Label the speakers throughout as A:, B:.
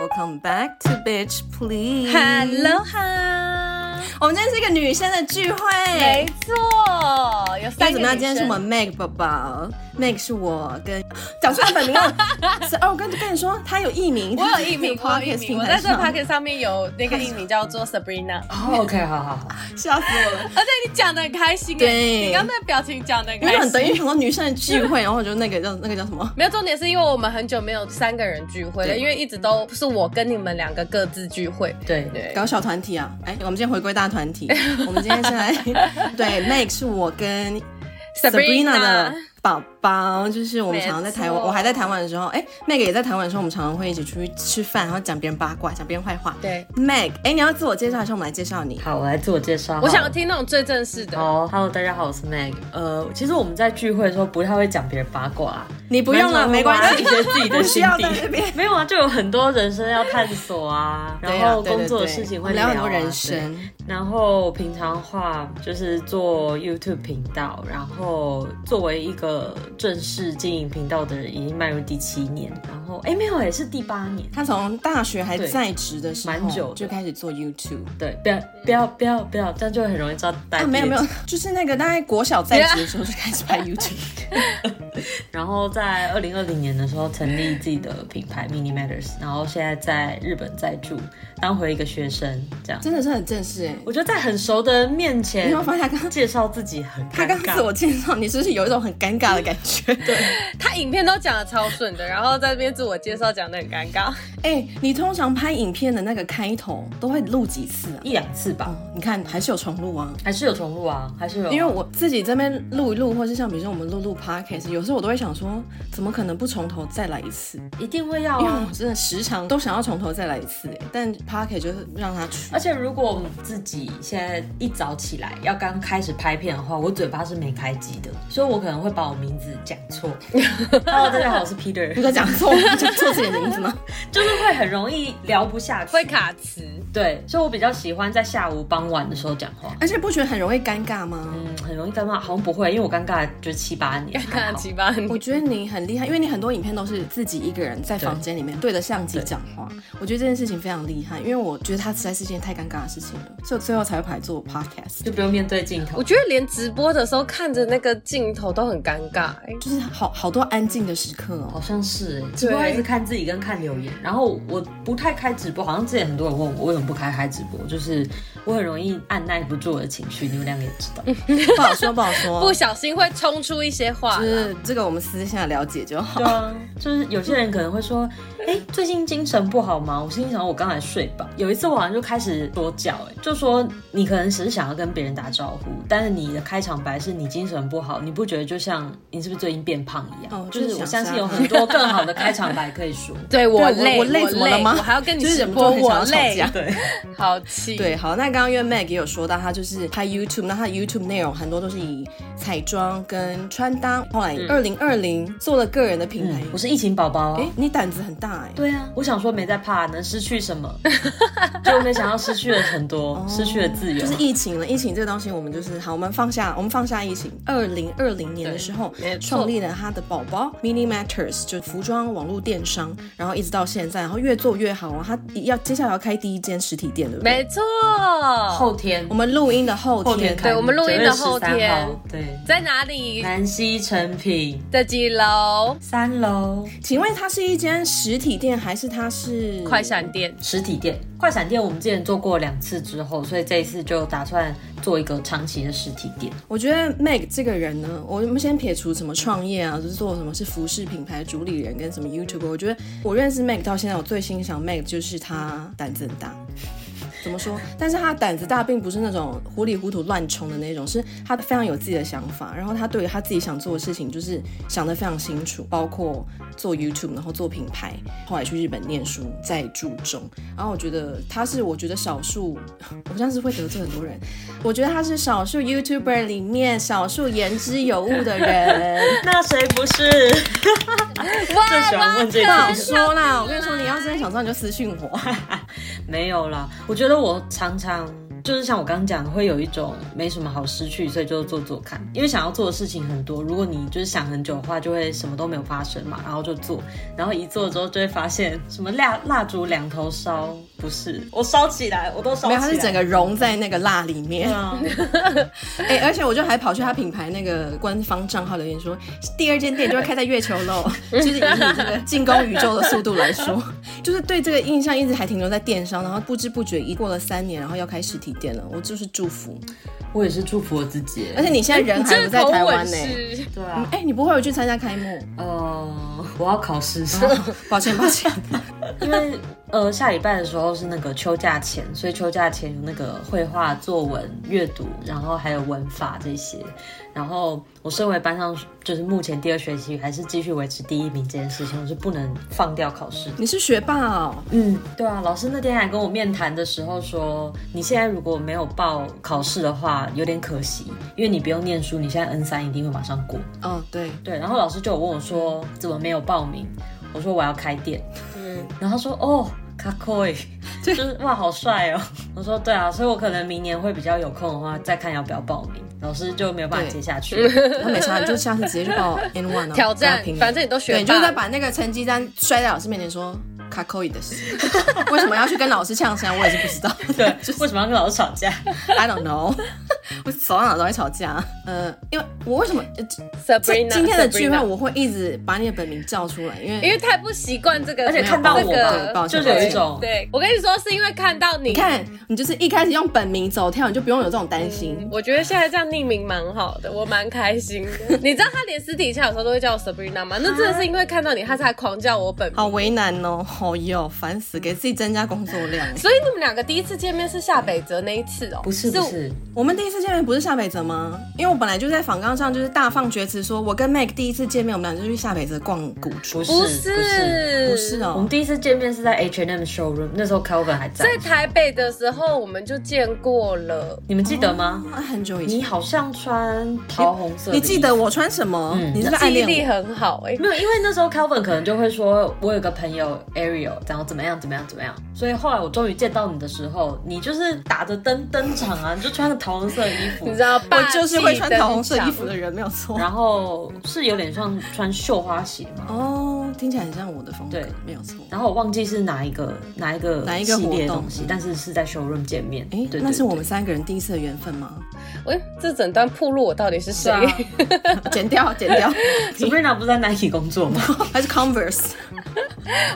A: Welcome back to Bitch Please。嗯
B: Hello 哈，
A: 我们今天是一个女生的聚会。
B: 没错，有
A: 但
B: 三个
A: 怎么样？今天是我们 Meg 宝宝，Meg 是我跟讲出来本名了。 是哦，我跟跟你说，他有艺名，
B: 女生。我有 艺名，我有艺
A: podcast
B: 名，
A: 平
B: 我在
A: 台
B: 这个
A: 上。
B: Pocket 上面有那个艺名叫做 Sabrina，
C: 哦 OK，好好好，
A: 笑死我了。
B: 而且你讲的很开心耶，
A: 对
B: 你刚那个表情讲的 很
A: 因为
B: 开
A: 很多，因为很
B: 心。
A: 多女生的聚 会，然后我就那个叫那个叫什么？
B: 没有重点是因为我们很久没有三个人聚会了，
A: 对
B: 因为一直都是我跟你们两个各自聚会。
C: 对，
B: 对，
A: 搞小团体啊！哎，我们今天回归大团 体。我们今天是来对 Meg 是我跟
B: Sabrina
A: Sabrina 的宝宝，就是我们常常在台
B: 没
A: 湾，
B: 错
A: 我还在台湾的时候，哎，Meg 也在台湾的时候，我们常常会一起出去吃饭，然后讲别人八卦，讲别人坏话。
B: 对
A: ，Meg，哎，你要自我介绍还是我们来介绍你？
C: 好，我来自我介绍好了。
B: 我想听那种最正式的。
C: 好，Hello，大家好，我是 Meg。呃，其实我们在聚会的时候不太会讲别人八 卦啊，
A: 你不用了，没关系，
C: 一些自己
A: 不
C: 的
A: 需
C: 心
A: 要在那
C: 底。
A: 边。
C: 没有啊，就有很多人生要探索啊，
A: 对
C: 然
A: 啊
C: 后
A: 对对
C: 工作的
A: 对
C: 事情
A: 我
C: 会
A: 们聊
C: 啊
A: 很多人生。
C: 对然后平常话就是做 YouTube 频道，然后作为一个正式经营频道的人，已经迈入第七年。然后哎，没有，也是第八年。
A: 他从大学还
C: 对
A: 在职的时
C: 蛮久
A: 候
C: 的
A: 就开始做 YouTube。
C: 对，不要不要不要不要，这样就很容易知道大家、
A: 啊，没有没有，就是那个大概国小在职的时候就开始拍 YouTube。
C: 然后在二零二零年的时候成立自己的品牌 Mini Matters，然后现在在日本在住，当回一个学生这样。
A: 真的是很正式哎、
C: 我觉得在很熟的人面前
A: 你有没有发现他刚
C: 介绍自己很
A: 他
C: 尴
A: 刚自
C: 尬。
A: 我介绍，你是不是有一种很尴尬的感觉？对，
B: 他影片都讲的超顺的，然后在这边自我介绍讲的很尴尬。
A: 哎、你通常拍影片的那个开头都会录几次啊？
C: 一两次吧，
A: 哦，你看还是有重录啊。
C: 还是有重录啊，还是有。
A: 因为我自己这边录一录，或是像比如说我们录录 podcast，有时候我都会想说，怎么可能不从头再来一次？
C: 一定会要
A: 因为
C: 啊
A: 我。真的时常都想要从头再来一次、哎，但 podcast 就是让它去。
C: 而且如果我们自己现在一早起来要刚开始拍片的话，我嘴巴是没开机的，所以我可能会把我名字讲 错。Hello，大家好，我是 Peter，
A: 如果讲错， 就错自己的名字吗？
C: 就是会很容易聊不下去，
B: 会卡词，
C: 对，所以我比较喜欢在下午傍晚的时候讲话。
A: 而且不觉得很容易尴尬吗？
C: 嗯，很容易尴尬，好像不会，因为我尴尬就是七八年，
B: 看
C: 刚好
B: 七八年
A: 我觉得你很厉害，因为你很多影片都是自己一个人在房间里面对着相机讲话。我觉得这件事情非常厉害，因为我觉得它实在是件太尴尬的事情了，所以我最后才会跑来做 podcast，
C: 就不用面对镜头
B: 我。觉得连直播的时候看着那个镜头都很尴尬、欸。
A: 就是好好多安静的时刻哦。
C: 好像是哎，只不过一直看自己跟看留言，然后我不太开直播，好像之前很多人问我为什么不开开直播，就是我很容易按耐不住我的情绪，你们两个也知道。
A: 不好 说，不好
B: 不
A: 说，
B: 小心会冲出一些话
A: 就
B: 啦，
A: 是这个我们私下了解就好
C: 对。啊，就是有些人可能会说，哎、最近精神不好吗？我心里想，我刚才睡吧。有一次我好像就开始跺脚，哎，就说你可能只是想要跟别人打招呼，但是你的开场白是你精神不好，你不觉得就像你是不是最近变胖一样？
A: 哦
C: 就是
A: 就是想
C: 我相
A: 杀
C: 信有很多更好的开场白可以说。
B: 对我
A: 对我
B: 累，
A: 我累怎么了吗
B: 我还要跟你
A: 就是
B: 直
A: 忍不
B: 播，
A: 住很想
B: 我
A: 要吵
B: 累
A: 架，
C: 对，
B: 好气。
A: 对，好，那刚刚因为 Meg 也有说到，她就是拍 YouTube，那她的 YouTube 内容很多都是以彩妆跟穿搭。后来二零二零做了个人的品牌，
C: 嗯我是疫情宝宝、啊。
A: 哎、你胆子很大哎、
C: 对啊，我想说没在怕，能失去什么？ 就没想到失去了很多，失去了自由。
A: 就是疫情了，疫情这个东西，我们就是好，我们放下，我们放下疫情。二零二零年的时候
B: 对没，错
A: 创立了他的宝宝 Mini Matters，就服装网络电商，然后一直到现在，然后越做越好啊。他要接下来要开第一间实体店，对不对？
B: 没错。
C: 后天
A: 我，们录音的后天，
C: 后天开
B: 对我们录音的后天
C: 9月13号对，
B: 在哪里？
C: 南西成品
B: 在几楼？
C: 三楼
A: 请问它是一间实体店还是它是
B: 快？闪店。
C: 实体店，快闪店我们之前做过两次之后，所以这一次就打算做一个长期的实体店。
A: 我觉得 Meg 这个人呢，我们先撇除什么创业啊，就是做什么是服饰品牌主理人跟什么 YouTuber，我觉得我认识 Meg 到现在，我最欣赏 Meg 就是他胆子很大。怎么说？但是他胆子大，并不是那种糊里糊涂乱冲的那种，是他非常有自己的想法，然后他对于他自己想做的事情，就是想得非常清楚，包括做 YouTube，然后做品牌，后来去日本念书，在注重。然后我觉得他是，我觉得少数，我这样是会得罪很多人。我觉得他是少数 YouTuber 里面少数言之有物的人。
C: 那谁不是？
B: 哇
C: 喜欢问这个
A: 不好说啦，我跟你说，你要真的想知道，你就私信我。
C: 没有啦，我觉得我常常。就是像我刚刚讲的，会有一种没什么好失去，所以就做做看。因为想要做的事情很多，如果你就是想很久的话，就会什么都没有发生嘛，然后就做，然后一做之后就会发现什么蜡蜡烛两头烧，不是我烧起来，我都烧
A: 没
C: 起
A: 有，
C: 来，
A: 它是整个融在那个蜡里面
C: 对。啊。
A: 哎、而且我就还跑去他品牌那个官方账号留言说，第二间店就会开在月球喽，就是以你这个进攻宇宙的速度来说，就是对这个印象一直还停留在电商，然后不知不觉一过了三年，然后要开实体店了，我就是祝福。
C: 我也是祝福我自己，
A: 而且你现在人还不在台湾呢、
B: 是
C: 对
A: 嗯
C: 啊，
A: 哎、你不会有去参加开幕？
C: 呃，嗯我要考试，
A: 抱歉，抱歉。
C: 因为呃下礼拜的时候是那个秋假前，所以秋假前有那个绘画、作文、阅读，然后还有文法这些。然后我身为班上就是目前第二学期还是继续维持第一名这件事情，我是不能放掉考试的。
A: 你是学霸哦，
C: 嗯，对啊，老师那天还跟我面谈的时候说，你现在如果没有报考试的话，有点可惜，因为你不用念书，你现在 N 三一定会马上过。
A: 哦，对，
C: 对，然后老师就有问我说怎么没有报名，我说我要开店，
B: 嗯，
C: 然后他说哦，卡酷耶，就是哇好帅哦，我说对啊，所以我可能明年会比较有空的话再看要不要报名，老师就没有办法
A: 对
C: 接下去了，
A: 他没差，你就下次直接去报 N one 哦
B: 挑战，反正你 都
A: 对，
B: 学
A: 你就
B: 霸
A: 是
B: 了
A: 在把那个成绩单摔在老师面前说卡扣一的事， 为什么要去跟老师呛声？我也是不知道。
C: 对，为什么要跟老师吵架？
A: I don't know，我 早上哪都在吵架。呃，因为我为什么呃这
B: Sabrina
A: 今天的聚会
B: Sabrina
A: 我会一直把你的本名叫出来，因为
B: 因为太不习惯这个，
C: 而且看到我
B: 这
C: 吧
A: 对抱
B: 个，
A: 歉
C: 就是有一种
B: 对我跟你说，是因为看到你
A: 你。看你就是一开始用本名走跳，你就不用有这种担心。
B: 嗯我觉得现在这样匿名蛮好的，我蛮开心的。 你知道他连私底下有时候都会叫我 Sabrina 吗？那真的是因为看到你，他才狂叫我本名。
A: 啊好为难哦，好哟，烦死，给自己增加工作量。
B: 所以你们两个第一次见面是下北泽那一次哦？
C: 不是不是，
A: 我们第一次见面不是下北泽吗？因为我本来就在访纲上就是大放厥词，说我跟 Mac 第一次见面，我们俩就去下北泽逛古着。
C: 不是
B: 不
C: 不
B: 是
C: 是，
A: 不是
C: 我们
A: 哦，
C: 第一次见面是在 H and M showroom，那时候 Calvin 还在
B: 在，台北的时候我们就见过了。
C: 你们记得吗？
A: 啊，很久以前
C: 你。好像穿桃红色的
A: 你
C: 衣服，
A: 记得我穿什么？
C: 嗯
A: 你是不是暗
B: 记忆
A: 恋
B: 力
A: 我？
B: 很好哎、
C: 没有，因为那时候 Calvin 可能就会说，我有个朋友 Ariel，然后怎么样怎么样怎么样，所以后来我终于见到你的时候，你就是打着灯登场啊，你就穿着桃红色的衣服
B: 你，知道，
A: 我
B: 我
A: 就是会穿桃红色衣服的人，没有错。
C: 然后是有点像穿绣花鞋嘛，
A: 哦，听起来很像我的风格
C: 对，
A: 没有错。
C: 然后我忘记是哪一个哪一个
A: 哪一个
C: 系列的
A: 活动
C: 东西，但是是在 showroom 见面，
A: 哎
C: 对，对
A: 那是
C: 对
A: 我们三个人第一次的缘分吗？
B: 喂，这整段铺路我到底是谁？
C: 啊
A: 啊 剪掉，剪掉，
C: Sabrina 不是在 Nike 工作 吗？
A: 还是 Converse？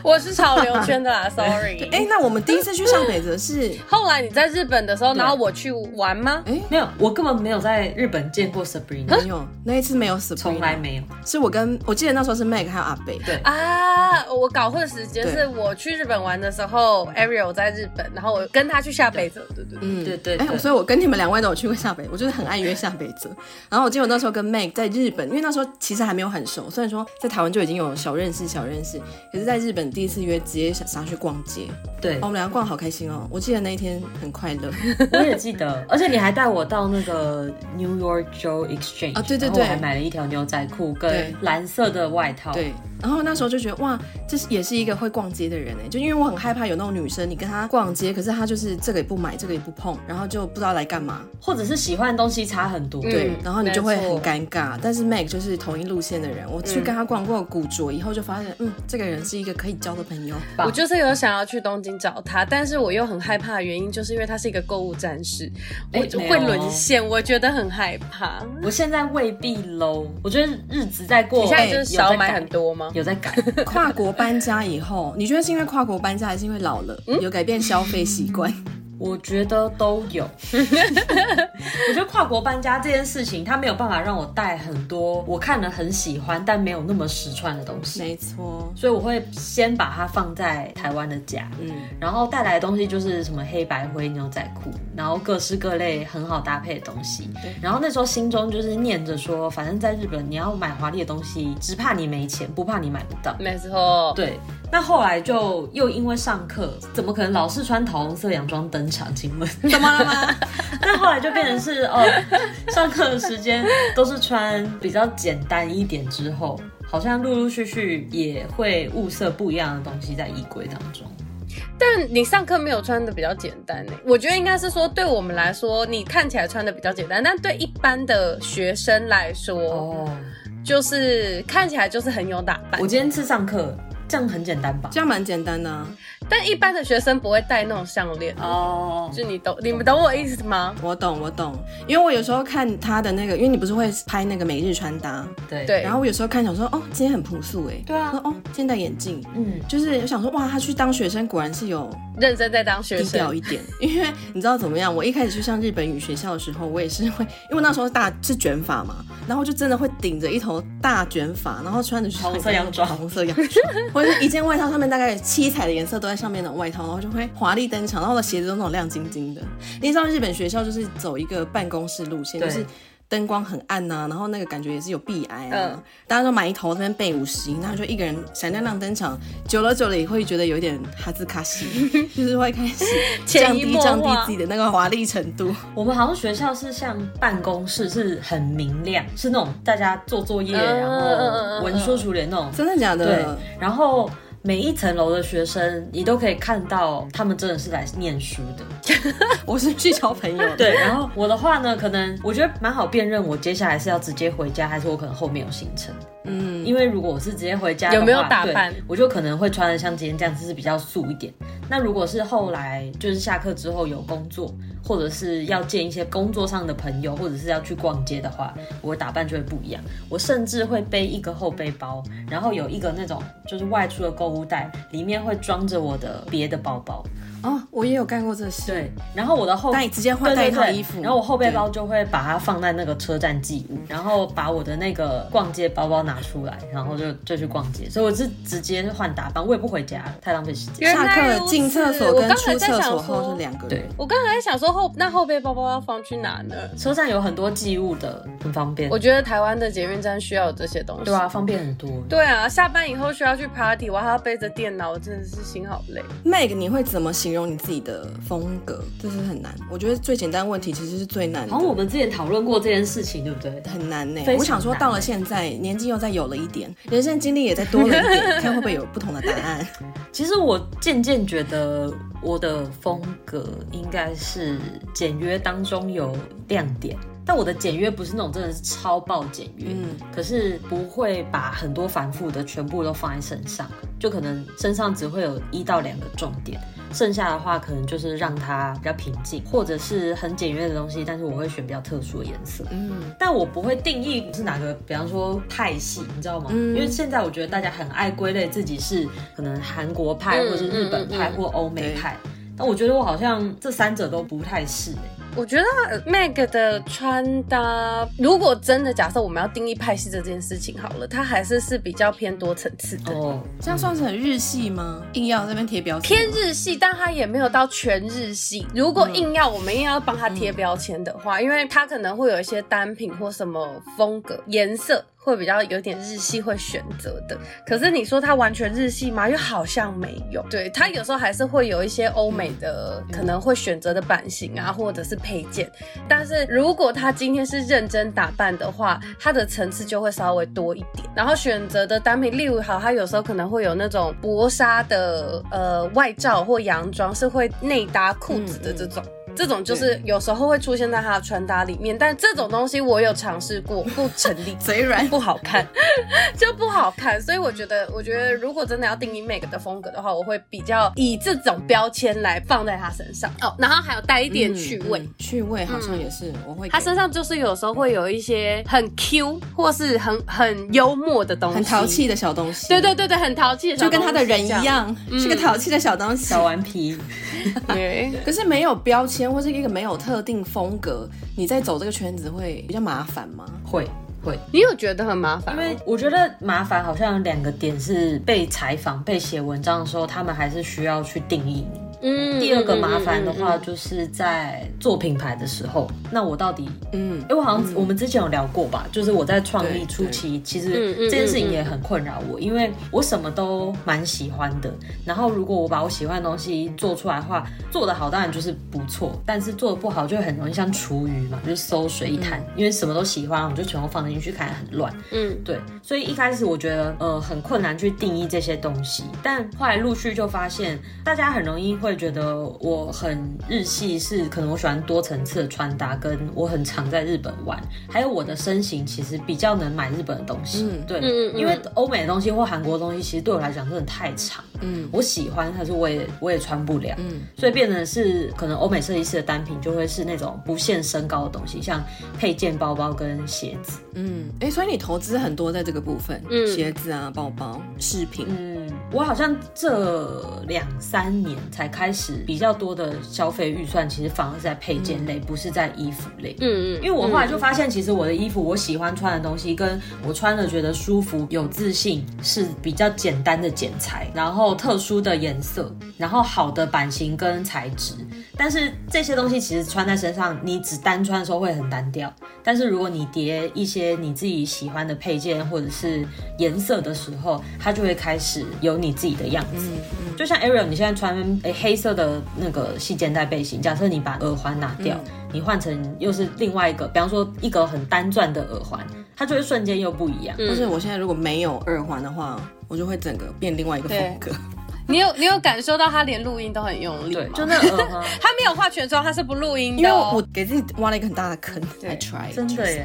B: 我是潮流圈的啦，sorry。
A: 哎，那我们第一次去上北泽是，
B: 后来你在日本的时候，
C: 对
B: 然后我去玩吗？
C: 没有，我根本没有在日本见过 Sabrina，
A: 没有，那一次没有 s u
C: 嗯从来没有。
A: 是我跟我记得那时候是 Mac 还有阿北，
C: 对
B: 啊，我搞混时间，
A: 对
B: 是我去日本玩的时候，Ariel 在日本，然后我跟他去下北泽，对对对。
A: 嗯
C: 对对
A: 哎、
C: 对
A: 所以我跟你们两位都有去过下北，我就是很爱约下北泽。然后我记得我那时候跟 Meg 在日本，因为那时候其实还没有很熟，虽然说在台湾就已经有小认识小认识，可是在日本第一次约直接想想要去逛街，
C: 对
A: 哦，我们两个逛得好开心哦。我记得那一天很快乐
C: 我也 记得，而且你还带我到那个 New York Joe Exchange
A: 啊对对
C: 然后
A: 对
C: 我还买了一条牛仔裤
A: 对
C: 跟蓝色的外套，
A: 对。然后那时候就觉得哇，这是也是一个会逛街的人哎，就因为我很害怕有那种女生，你跟她逛街，可是她就是这个也不买，这个也不碰，然后就不知道来干嘛。
C: 或者是喜欢的东西差很多，
A: 对
B: 嗯，
A: 然后你就会很
B: 没错
A: 尴尬。但是 Meg 就是同一路线的人，我去跟他逛过古着以后，就发现，嗯，这个人是一个可以交的朋友。
C: 吧
B: 我就是有想要去东京找他，但是我又很害怕的原因，就是因为他是一个购物战士，
C: 哎
B: 我就
C: 没有
B: 会
C: 哦
B: 沦陷，我觉得很害怕。
C: 我现在未必 low，我觉得日子在过，哎
B: 你现在就是
C: 有
B: 少
C: 在
B: 买
C: 改
B: 很，多吗？
C: 有 在改，
A: 跨国搬家以后，你觉得是因为跨国搬家，还是因为老了，有改变消费习惯？
C: 我觉得都有。 我觉得跨国搬家这件事情，它没有办法让我带很多我看了很喜欢但没有那么实穿的东西，
A: 没错，
C: 所以我会先把它放在台湾的家，
A: 嗯，
C: 然后带来的东西就是什么黑白灰牛仔裤，然后各式各类很好搭配的东西。然后那时候心中就是念着说，反正在日本你要买华丽的东西，只怕你没钱，不怕你买不到。
B: 没错，
C: 对，那后来就又因为上课，怎么可能老是穿桃红色洋装登场？请 问，
A: 怎么了吗？
C: 那后来就变成是哦，上课的时间都是穿比较简单一点，之后好像陆陆续续也会物色不一样的东西在衣柜当中。
B: 但你上课没有穿的比较简单呢、我觉得应该是说，对我们来说，你看起来穿的比较简单，但对一般的学生来说，
C: 哦，
B: 就是看起来就是很有打扮
C: 我。今天去上课，这样很简单吧？
A: 这样蛮简单的、啊，
B: 但一般的学生不会戴那种项链，
C: 哦，
B: 就你懂，你们懂我意思吗？
A: 我懂我懂，因为我有时候看他的那个，因为你不是会拍那个每日穿搭，
C: 对
B: 对
A: 然后我有时候看想说，哦，今天很朴素哎，
C: 对啊
A: 说哦，今天戴眼镜，
C: 嗯，
A: 就是我想说，哇，他去当学生果然是有
B: 认真在当学
A: 低调
B: 生，
A: 一点，因为你知道怎么样？我一开始去上日本语学校的时候，我也是会，因为我那时候大是卷发嘛，然后就真的会顶着一头大卷发，然后穿着就是
C: 红色洋装
A: 红色洋装，或者是一件外套上面大概有七彩的颜色都在上面的外套，然后就会华丽登场，然后我的鞋子都那种亮晶晶的。你知道日本学校就是走一个办公室路线，就
C: 对
A: 是。灯光很暗呐、然后那个感觉也是有避癌啊，
B: 嗯
A: 大家都埋头在那边背五十音，然后就一个人闪亮亮登场，久了久了也会觉得有点哈兹卡西， 就是会开始
B: 潜
A: 降
B: 移
A: 低
B: 默化
A: 降低自己的那个华丽程度。
C: 我们好像学校是像办公室是很明亮，是那种大家做作业，
B: 嗯
C: 然
B: 嗯嗯
C: 后文书处理的那种，
A: 真的假
C: 对
A: 的？，
C: 然后。每一层楼的学生，你都可以看到他们真的是来念书的。
A: 我是去交朋友的。
C: 对， 然后我的话呢，可能我觉得蛮好辨认，我接下来是要直接回家，还是我可能后面有行程。嗯，因为如果我是直接回家的话，
B: 有没有打扮
C: 对我就可能会穿的像今天这样，就是比较素一点。那如果是后来就是下课之后有工作，或者是要见一些工作上的朋友，或者是要去逛街的话，我打扮就会不一样。我甚至会背一个后背包，然后有一个那种就是外出的购物袋，里面会装着我的别的包包。
A: 哦，我也有干过这事。
C: 对，然后我的后
A: 那你直接换
C: 对
A: 带
C: 对
A: 一套
C: 对
A: 衣服，
C: 哎然后我后背包就会把它放在那个车站寄物，然后把我的那个逛街包包拿出来，然后就就去逛街，所以我是直接换打扮，我也不回家，太浪费时间。
B: 原
A: 下
B: 来如
A: 课
B: 此
A: 进厕所
B: 我
A: 跟
B: 刚才
A: 出
B: 在
A: 厕
B: 想
A: 所
B: 说
A: 后是两个人
C: 对。
B: 我刚才在想说后那后背包包要放去哪呢？
A: 嗯
C: 车站有很多寄物的，很方便
B: 我。觉得台湾的捷运站需要有这些东西。
C: 对啊，方便很多。
B: 对啊，下班以后需要去 party，我还要背着电脑，我真的是心好累。
A: Meg，你会怎么形容你自己的风格？这是很难。我觉得最简单问题其实是最难的
B: 哦
C: 好。像我们之前讨论过这件事情，对不对？啊
A: 很难呢、
C: 非常
A: 我想说，
C: 难
A: 到了现在，年纪又再有了一点，人生经历也再多了一 点，看会不会有不同的答案。
C: 其实我渐渐觉得我的风格应该是简约当中有亮点，但我的简约不是那种真的是超爆简约，
A: 嗯
C: 可是不会把很多繁复的全部都放在身上，就可能身上只会有一到两个重点。剩下的话，可能就是让它比较平静，或者是很简约的东西，但是我会选比较特殊的颜色。
A: 嗯，
C: 但我不会定义是哪个，比方说派系，你知道吗？
A: 嗯
C: 因为现在我觉得大家很爱归类自己是可能韩国派，
B: 嗯
C: 或是日本派，
B: 嗯嗯嗯
C: 或欧美派。但我觉得我好像这三者都不太是、欸，
B: 我觉得呃 Meg 的穿搭，如果真的假设我们要定义派系这件事情好了，它还是是比较偏多层次的。
C: 哦，
A: 这样算是很日系吗？硬要在那边贴标签吗，，
B: 偏日系，但它也没有到全日系。如果硬要我们硬要帮它贴标签的话，因为它可能会有一些单品或什么风格、颜色会比较有点日系会选择的。可是你说它完全日系吗？又好像没有。对，它有时候还是会有一些欧美的、可能会选择的版型啊，或者是配件。但是如果他今天是认真打扮的话，他的层次就会稍微多一点。然后选择的单品，例如好，他有时候可能会有那种薄纱的呃外罩或洋装，是会内搭裤子的这种。这种就是有时候会出现在他的穿搭里面，但这种东西我有尝试过，不成立
A: 嘴软。
B: 不好看，就不好看。所以我觉得，我觉得如果真的要定义 Meg 的风格的话，我会比较以这种标签来放在他身上哦。然后还有带一点趣味，
A: 嗯嗯趣味好像也是，我会给
B: 他身上就是有时候会有一些很 Q 或是很很幽默的东西，
A: 很淘。气的小东西，
B: 对对对对，很淘气的小
A: 就
B: 东西，
A: 跟他的人一
B: 这。嗯
A: 样，是个淘气的小东西
C: 小。顽皮，
B: 对
A: 可是没有标签或是一个没有特定风格，你在走这个圈子会比较麻烦吗？
C: 会会。
B: 你有觉得很麻烦
C: 因
B: 吗？
C: 为我觉得麻烦好像有两个点是被采访、被写文章的时候，他们还是需要去定义你。
B: 嗯
C: 第二个麻烦的话，
B: 嗯嗯嗯
C: 就是在做品牌的时候，那我到底，
A: 嗯
C: 哎、我好像我们之前有聊过吧，就是我在创立
A: 对
C: 初期，其
B: 嗯
C: 实
B: 嗯
C: 这件事情也很困扰我，因为我什么都蛮喜欢的，然后如果我把我喜欢的东西做出来的话，做得好当然就是不错，但是做得不好就很容易像厨余嘛，就是馊水一滩，因为什么都喜欢，我们就全部放进去，看起来很乱。
B: 嗯
C: 对，所以一开始我觉得呃很困难去定义这些东西，但后来陆续就发现，大家很容易会觉得我很日系，是可能我喜欢多层次的穿搭，跟我很常在日本玩，还有我的身形其实比较能买日本的东西，
A: 嗯
C: 对，
B: 嗯嗯
C: 因为欧美的东西或韩国的东西，其实对我来讲真的太长，
A: 嗯
C: 我喜欢，可是我也我也穿不了，
A: 嗯
C: 所以变成是可能欧美设计师的单品就会是那种不限身高的东西，像配件、包包跟鞋子。
A: 嗯，哎、所以你投资很多在这个部分，
B: 嗯
A: 鞋子啊、包包、饰品，
C: 嗯，我好像这两三年才开始比较多的消费预算，其实反而是在配件类，不是在衣服类。
B: 嗯嗯，
C: 因为我后来就发现，其实我的衣服，我喜欢穿的东西，跟我穿的觉得舒服、有自信，是比较简单的剪裁，然后特殊的颜色，然后好的版型跟材质。但是这些东西其实穿在身上，你只单穿的时候会很单调。但是如果你叠一些你自己喜欢的配件或者是颜色的时候，它就会开始有你自己的样子。就像 Ariel，你现在穿诶黑色的那个细肩带背心，假设你把耳环拿掉，你换成又是另外一个，比方说一个很单钻的耳环，它就会瞬间又不一样。
A: 或是我现在如果没有耳环的话，我就会整个变另外一个风格。
B: 你有你有感受到他连录音都很用力
C: 对，
B: 吗？
C: 就那耳 环，
B: 他没有化全妆，他是不录音
A: 因
B: 的
A: 为
B: 哦、
A: 我给自己挖了一个很大的坑
B: 对
A: 来 try，
C: 真的耶。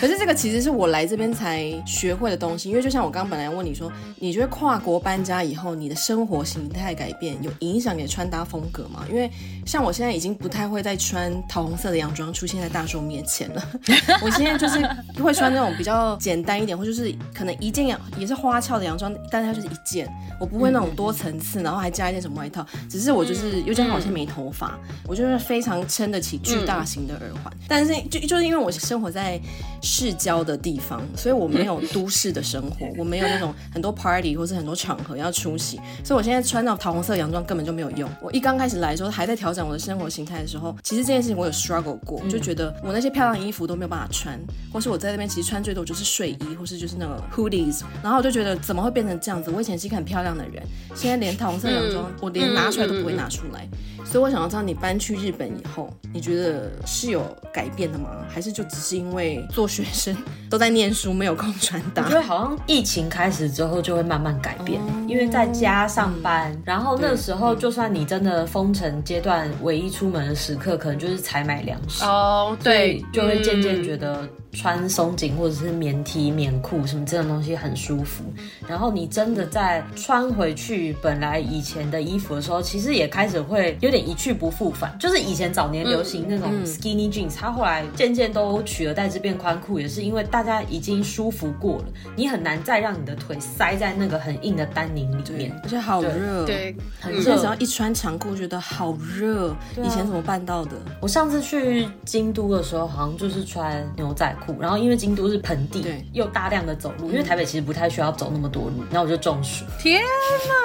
A: 可是这个其实是我来这边才学会的东西，因为就像我刚刚本来问你说，你觉得跨国搬家以后，你的生活形态改变有影响你的穿搭风格吗？因为像我现在已经不太会再穿桃红色的洋装出现在大众面前了， 我现在就是会穿那种比较简单一点，或就是可能一件洋也是花俏的洋装，但是它就是一件，我不会那种多层次，然后还加一件什么外套，只是我就是又加上我现在没头发，我就是非常撑得起巨大型的耳环，但是就就是因为我生活在市郊的地方，所以我没有都市的生活，我没有那种很多 party 或是很多场合要出席，所以我现在穿到桃红色洋装根本就没有用。我一刚开始来的时候，还在调整我的生活形态的时候，其实这件事情我有 struggle 过，就觉得我那些漂亮的衣服都没有办法穿，或是我在那边其实穿最多就是睡衣，或是就是那个 hoodies，然后我就觉得怎么会变成这样子？我以前是一个很漂亮的人，现在连桃红色洋装、我连拿出来都不会拿出来。所以我想要知道，你搬去日本以后，你觉得是有改变的吗？还是就只是因为做学生都在念书，没有空穿搭
C: 我觉？得好像疫情开始之后就会慢慢改变，因为在家上班，然后那时候就算你真的封城阶段，唯一出门的时刻可能就是采买粮食。
B: 哦，对，嗯
C: 就会渐渐
B: 得。
C: 觉得穿松紧或者是棉 T、棉裤什么这种东西很舒服。然后你真的在穿回去本来以前的衣服的时候，其实也开始会有点一去不复返。就是以前早年流行那种 skinny jeans，它后来渐渐都取而代之变宽裤，也是因为大家已经舒服过了，你很难再让你的腿塞在那个很硬的丹宁里
A: 对
C: 面。，
A: 而且好热，哦
B: 对，
C: 很
A: 我
C: 热啊
A: 现在只要一穿长裤，觉得好热。以前怎么办到的？
C: 我上次去京都的时候，好像就是穿牛仔裤，然后因为京都是盆地
A: 对，嗯
C: 又大量的走路，因为台北其实不太需要走那么多路，然后我就中暑。
B: 天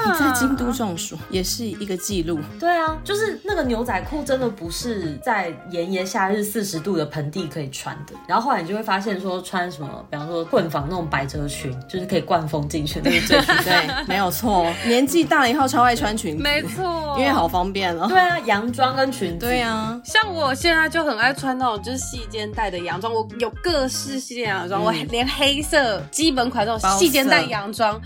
A: 你
C: 啊
B: 哪！
A: 在京都中暑也是一个记 录。
C: 对啊，就是那个牛仔裤真的不是在炎炎夏日四十度的盆地可以穿的。然后后来你就会发现说，穿什么，比方说混纺那种百褶裙，就是可以灌风进去，那是最舒 服。
A: 对，没有错。年纪大了以后超爱穿裙子，
B: 没错，
A: 因为好方便了。
C: 对啊，洋装跟裙子。
A: 对啊，
B: 像我现在就很爱穿那种就是细肩带的洋装，我有各式细肩带洋装，我连黑色基本款这
A: 包
B: 种
A: 色
B: 细肩带洋装，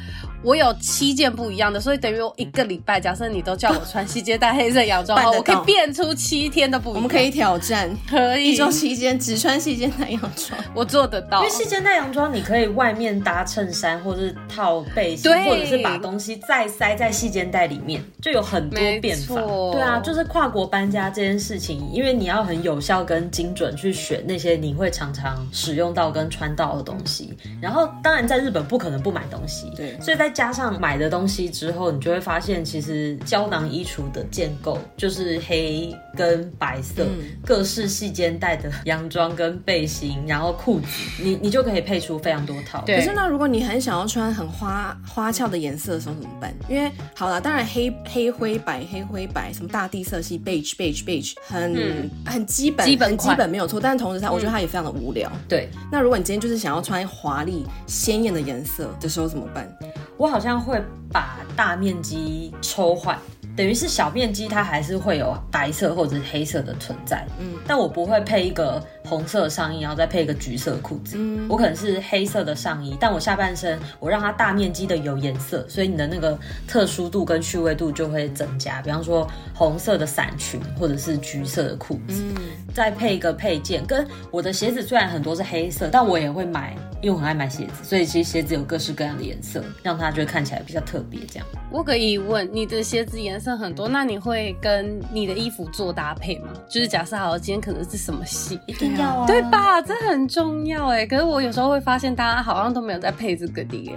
B: 我有七件不一样的，所以等于我一个礼拜，假设你都叫我穿细肩带黑色洋装的话，
A: 办
B: 我
A: 得
B: 可
A: 到
B: 以变出七天的不一样。
A: 我们可以挑战。
B: 可
A: 一
B: 以，
A: 周期间只穿细肩带洋装，
B: 我做得到
C: 因为。细肩带洋装，你可以外面搭衬衫，或者是套背心，
B: 对
C: 或者是把东西再塞在细肩带里面，就有很多变法
B: 没错。
C: 对啊，就是跨国搬家这件事情，因为你要很有效跟精准去选那些你会常常使用到跟穿到的东西。然后，当然在日本不可能不买东西，
A: 对
C: 所以在加上买的东西之后，你就会发现，其实胶囊衣橱的建构就是黑跟白色、
B: 嗯
C: 各式细肩带的洋装跟背心，然后裤子，你你就可以配出非常多套。
B: 对
A: 可是那如果你很想要穿很花花俏的颜色的时候怎么办？因为好了，当然黑黑灰白黑灰白什么大地色系 beige beige beige 很、很基本
B: 嗯基本
A: 很基
B: 款嗯
A: 本没有错，但同时它我觉得它也非常的无聊。
C: 对，
A: 那如果你今天就是想要穿华丽鲜艳的颜色的时候怎么办？
C: 我好像会把大面积抽换，等于是小面积它还是会有白色或者是黑色的存在，嗯，但我不会配一个红色的上衣，然后再配一个橘色的裤子，嗯，我可能是黑色的上衣，但我下半身我让它大面积的有颜色，所以你的那个特殊度跟趣味度就会增加，比方说红色的伞裙或者是橘色的裤子，
A: 嗯
C: 再配一个配件，跟我的鞋子虽然很多是黑色，但我也会买，因为我很爱买鞋子，所以其实鞋子有各式各样的颜色，让它就会看起来比较特别。这样，
B: 我有个疑问，你的鞋子颜色很多，那你会跟你的衣服做搭配吗？就是假设好，今天可能是什么系，
C: 一定要啊，
B: 对？吧？这很重要哎。可是我有时候会发现，大家好像都没有在配这个的耶。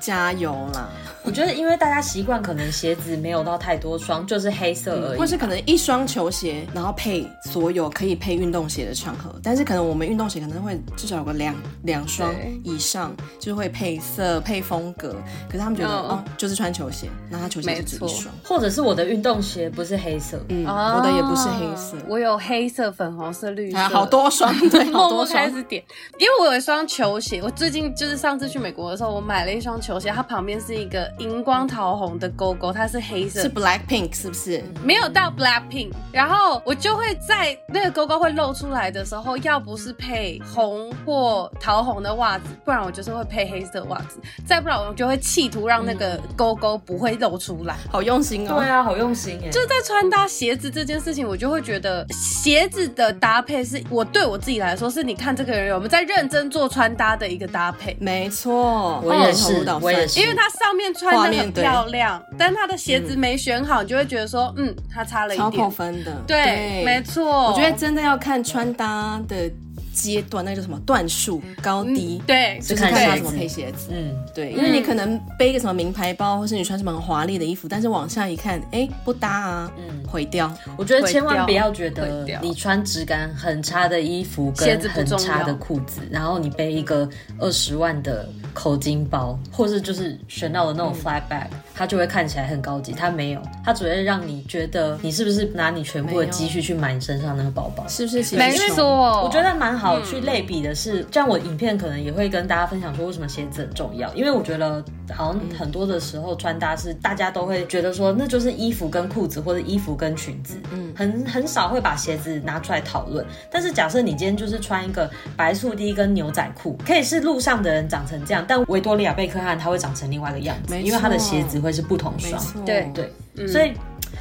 A: 加油啦！
C: 我觉得因为大家习惯可能鞋子没有到太多双，就是黑
B: 嗯
C: 色而
A: 嗯或
C: 已。
A: 是可能一双球鞋，然后配所有可以配运动鞋的场合，但是可能我们运动鞋可能会至少有个两两双
B: 对
A: 以上，就会配色配风格。可是他们觉得、
B: 嗯
A: 哦，就是穿球鞋，那他球鞋就只有一双，
C: 或者是我的运动鞋不是黑色，
A: 嗯，
B: 哦
A: 我的也不是黑色，
B: 啊我有黑色、粉红色、绿色，
A: 还有好 多双，对，好
B: 默
A: 多
B: 默开
A: 双。
B: 始点，因为我有一双球鞋，我最近就是上次去美国的时候，我买了一双球鞋，它旁边是一个荧光桃红的勾勾，它是黑色
A: 是 Black Pink 是不是？
B: 没有到 black pink，然后我就会在那个勾勾会露出来的时候，要不是配红或桃红的袜子，不然我就是会配黑色袜子，再不然我就会企图让那
A: 嗯
B: 个勾勾不会露出来。
A: 好用心哦。
C: 对啊，好用心哎。
B: 就在穿搭鞋子这件事情，我就会觉得鞋子的搭配是我对我自己来说，是你看这个人有没有在认真做穿搭的一个搭配。
A: 没错，哦
C: 我也
A: 投入
C: 是
A: 到，
C: 我也
A: 算
C: 是，
B: 因为它上面穿
A: 画
B: 的
A: 面
B: 很
A: 对
B: 漂亮，但它的鞋子没选好，你就会觉得说，嗯，它差了一
A: 超
B: 点。
A: 扣分的。
B: 对，没错。
A: 我觉得真的要看穿搭的阶段，那个叫什么段数高低，
B: 嗯对，
A: 就是看他
C: 看鞋
A: 怎么
C: 子
A: 配鞋子。
C: 嗯，
A: 对，因为你可能背一个什么名牌包，或是你穿什么很华丽的衣服，但是往下一看，哎，不搭啊，嗯，毁掉。
C: 我觉得千万
B: 毁掉
C: 不要觉
B: 毁
C: 得
B: 掉
C: 你穿质感很差的衣服
B: 鞋
C: 跟
B: 子不
C: 很
B: 重要
C: 差的裤子，然后你背一个二十万的口巾包，或是就是选到的那种
B: 嗯
C: flat bag，、它就会看起来很高级。它没有，它只会让你觉得你是不是拿你全部的
A: 没有
C: 积蓄去买你身上那个包包。
A: 是不是？
B: 没错。
C: 我觉得蛮
A: 哦嗯
C: 好去类比的是，这样我影片可能也会跟大家分享说为什么鞋子很重要，因为我觉得好像很多的时候穿搭是大家都会觉得说那就是衣服跟裤子或者衣服跟裙子，嗯，很很少会把鞋子拿出来讨论。但是假设你今天就是穿一个白素低跟牛仔裤，可以是路上的人长成这样，但维多利亚贝克汉他会长成另外一个样子，
A: 没
C: 因为他的
A: 错
C: 鞋子会是不同
A: 没
C: 双，
A: 错。嗯
B: 对
C: 对，所以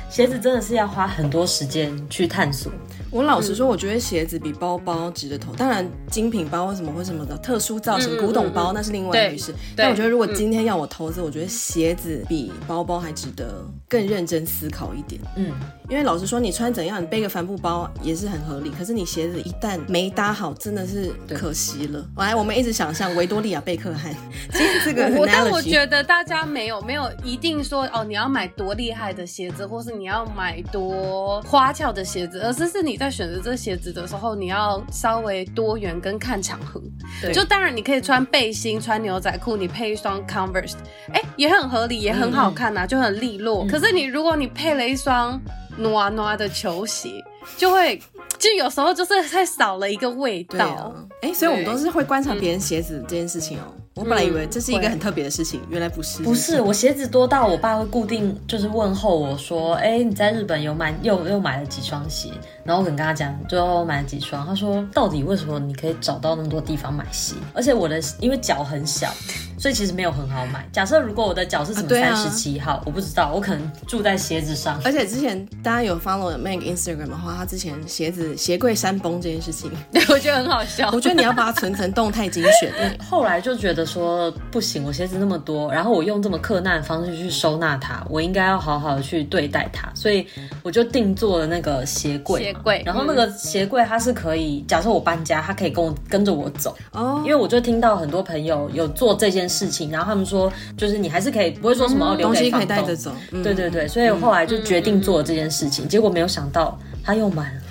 C: 鞋子真的是要花很多时间去探索。
A: 我老实说，我觉得鞋子比包包值得投。当然，精品包或什么或什么的特殊造型、
B: 嗯嗯
A: 古董包那是另外一回事。但我觉得，如果今天要我投资，我觉得鞋子比包包还值得更认真思考一点。
C: 嗯，
A: 因为老实说，你穿怎样，你背个帆布包也是很合理。可是你鞋子一旦没搭好，真的是可惜了。来，我们一直想象维多利亚贝克汉， 今天这个 analogy,
B: 我但我觉得大家没有没有一定说哦，你要买多厉害的鞋子，或是你要买多花俏的鞋子，而是是你在选择这鞋子的时候，你要稍微多元跟看场合。
A: 对
B: 就当然你可以穿背心、穿牛仔裤，你配一双 Converse，哎、也很合理，也很好看呐、就很利
A: 嗯
B: 落。可是你如果你配了一双 noa noa 的球鞋，就会就有时候就是太少了一个味
A: 对
B: 道。
A: 啊，哎、所以我们都是会观察别人鞋子这件事情哦、
B: 嗯
A: 我本来以为这是一个
B: 会
A: 很特别的事情，原来不是。
C: 不是，我鞋子多到我爸会固定就是问候我说，哎、你在日本有买又又买了几双鞋？然后我可能跟他讲，最后买了几双。他说，到底为什么你可以找到那么多地方买鞋？而且我的因为脚很小，所以其实没有很好买。假设如果我的脚是什么
A: 对
C: 三
A: 啊
C: 十七号、我不知道，我可能住在鞋子上。
A: 而且之前大家有 follow Meg Instagram 的话，他之前鞋子鞋柜山崩这件事情，
B: 对， 我觉得很好笑。
A: 我觉得你要把它存成动态精 选、哎
C: 后来就觉得说不行，我鞋子那么多，然后我用这么克难的方式去收纳它，我应该要好好的去对待它，所以我就定做了那个鞋柜嘛。
B: 鞋
A: 嗯
B: 柜
C: 然后那个鞋柜它是可以，假设我搬家，它可以跟我跟着我走，
A: 哦
C: 因为我就听到很多朋友有做这件事情，然后他们说就是你还是可以，不会说什么、哦留
A: 东
C: 给
A: 西可以
C: 房
A: 带着
C: 东。
A: 走。嗯
C: 对对对，所以后来就决定做这件事情，结果没有想到他用满了。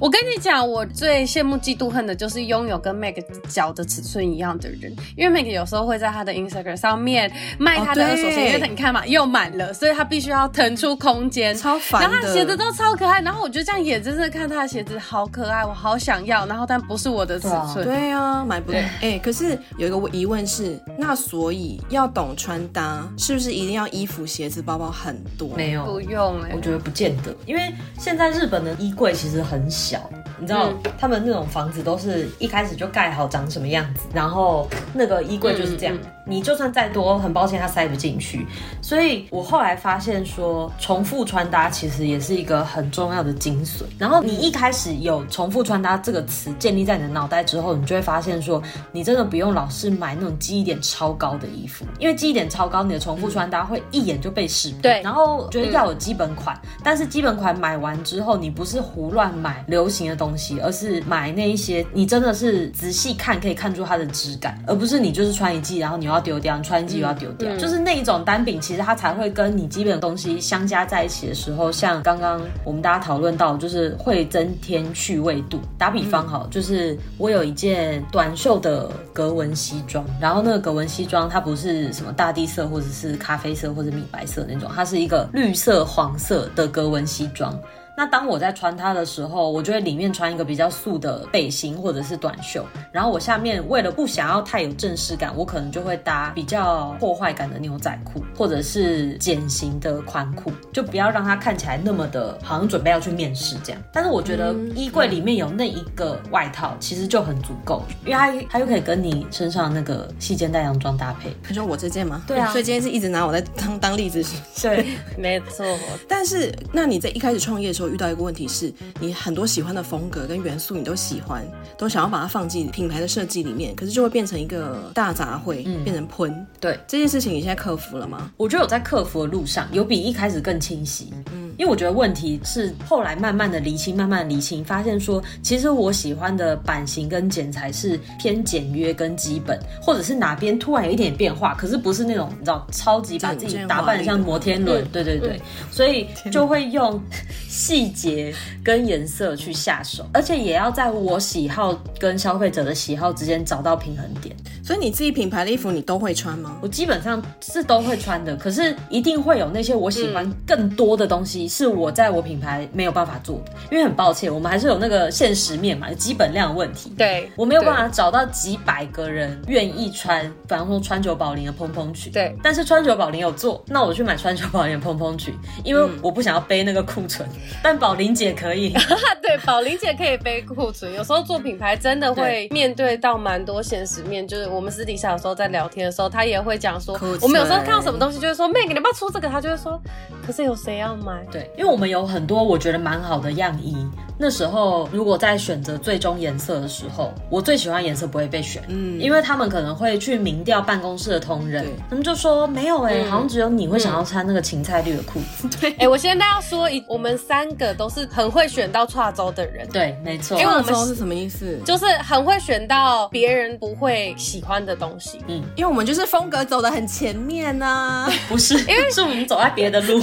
B: 我跟你讲，我最羡慕、嫉妒、恨的就是拥有跟 Meg 脚的尺寸一样的人，因为 Meg 有时候会在他的 Instagram 上面卖他的
A: 哦
B: 二
A: 对
B: 手鞋，因为他你看嘛，又满了，所以他必须要腾出空间。
A: 超烦的
B: 然后他鞋子都超可爱，然后我就这样眼睁睁看他的鞋子好可爱，我好想要，然后但不是我的尺寸。
A: 对啊，买不到。
B: 对
A: 哎、可是有一个疑问是，那所以要懂穿搭，是不是一定要衣服、鞋子、包包很多？
C: 没有
B: 不用哎、
C: 我觉得不见得，因为现在日本的衣柜其实很小，你知道、
B: 嗯
C: 他们那种房子都是一开始就盖好长什么样子，然后那个衣柜就是这样，
B: 嗯嗯
C: 你就算再多，很抱歉它塞不进去。所以我后来发现说，重复穿搭其实也是一个很重要的精髓。然后你一开始有“重复穿搭”这个词建立在你的脑袋之后，你就会发现说，你真的不用老是买那种记忆点超高的衣服，因为记忆点超高，你的重复穿搭会一眼就被识破。
B: 对
C: 然后嗯我觉得要有基本款，但是基本款买完之后，你不是胡乱买流行的东西，而是买那一些你真的是仔细看可以看出它的质感，而不是你就是穿一季，然后你又要丢掉，你穿一季又要丢掉，就是那一种单品，其实它才会跟你基本的东西相加在一起的时候，像刚刚我们大家讨论到，就是会增添趣味度。打比方好，就是我有一件短袖的格纹西装，然后那个格纹西装它不是什么大地色或者是咖啡色或者米白色那种，它是一个绿色、黄色的格纹西装。那当我在穿它的时候，我就会里面穿一个比较素的背心或者是短袖，然后我下面为了不想要太有正式感，我可能就会搭比较破坏感的牛仔裤或者是茧型的宽裤，就不要让它看起来那么的好像准备要去面试这样。但是我觉得衣柜里面有那一个外套其实就很足够，因为它它又可以跟你身上那个细肩带洋装搭配。
A: 你说我这件吗？
C: 对啊
A: 所以今天是一直拿我在当 当例子使
C: 对，
B: 没错，
A: 但是，那你在一开始创业的时候遇到一个问题是，你很多喜欢的风格跟元素你都喜欢，都想要把它放进品牌的设计里面，可是就会变成一个大杂烩，变成喷。
C: 对
A: 这件事情，你现在克服了吗？
C: 我觉得我在克服的路上有比一开始更清晰，嗯，因为我觉得问题是后来慢慢的厘清，慢慢的厘清，发现说其实我喜欢的版型跟剪裁是偏简约跟基本，或者是哪边突然有一点变化，可是不是那种你知道超级把自己打扮得像摩天轮，对对对，所以就会用细节跟颜色去下手，而且也要在我喜好跟消费者的喜好之间找到平衡点。
A: 所以你自己品牌的衣服你都会穿吗？
C: 我基本上是都会穿的，可是一定会有那些我喜欢更多的东
B: 嗯
C: 西，是我在我品牌没有办法做的。因为很抱歉，我们还是有那个现实面嘛，基本量的问题。
B: 对，
C: 我没有办法找到几百个人愿意穿，比方说川久保玲的蓬蓬裙。
B: 对
C: 但是川久保玲有做，那我去买川久保玲的蓬蓬裙，因为我不想要背那个库
B: 嗯
C: 存，但宝玲姐 可以。
B: 啊，对，宝玲姐可以背库存。有时候做品牌真的会面对到蛮多现实面，就是我们私底下有时候在聊天的时候，她也会讲说
A: 库存，
B: 我们有时候看到什么东西就会说，Meg，你要不要出这个？她就会说，可是有谁要买？
C: 对，因为我们有很多我觉得蛮好的样衣。那时候如果在选择最终颜色的时候，我最喜欢颜色不会被选，嗯，因为他们可能会去民调办公室的同仁
A: 对，
C: 他们就说没有哎、
B: 嗯
C: 好像只有你会想要穿那个芹菜绿的裤子。
B: 哎、我现在要说一，我们三个都是很会选到跨州的人，
C: 对，没错。
B: 因为我们
A: 知道是什么意思？
B: 就是很会选到别人不会喜欢的东西。
A: 因为我们就是风格走的很前面啊呐、
C: 不是，因为是我们走在别的路，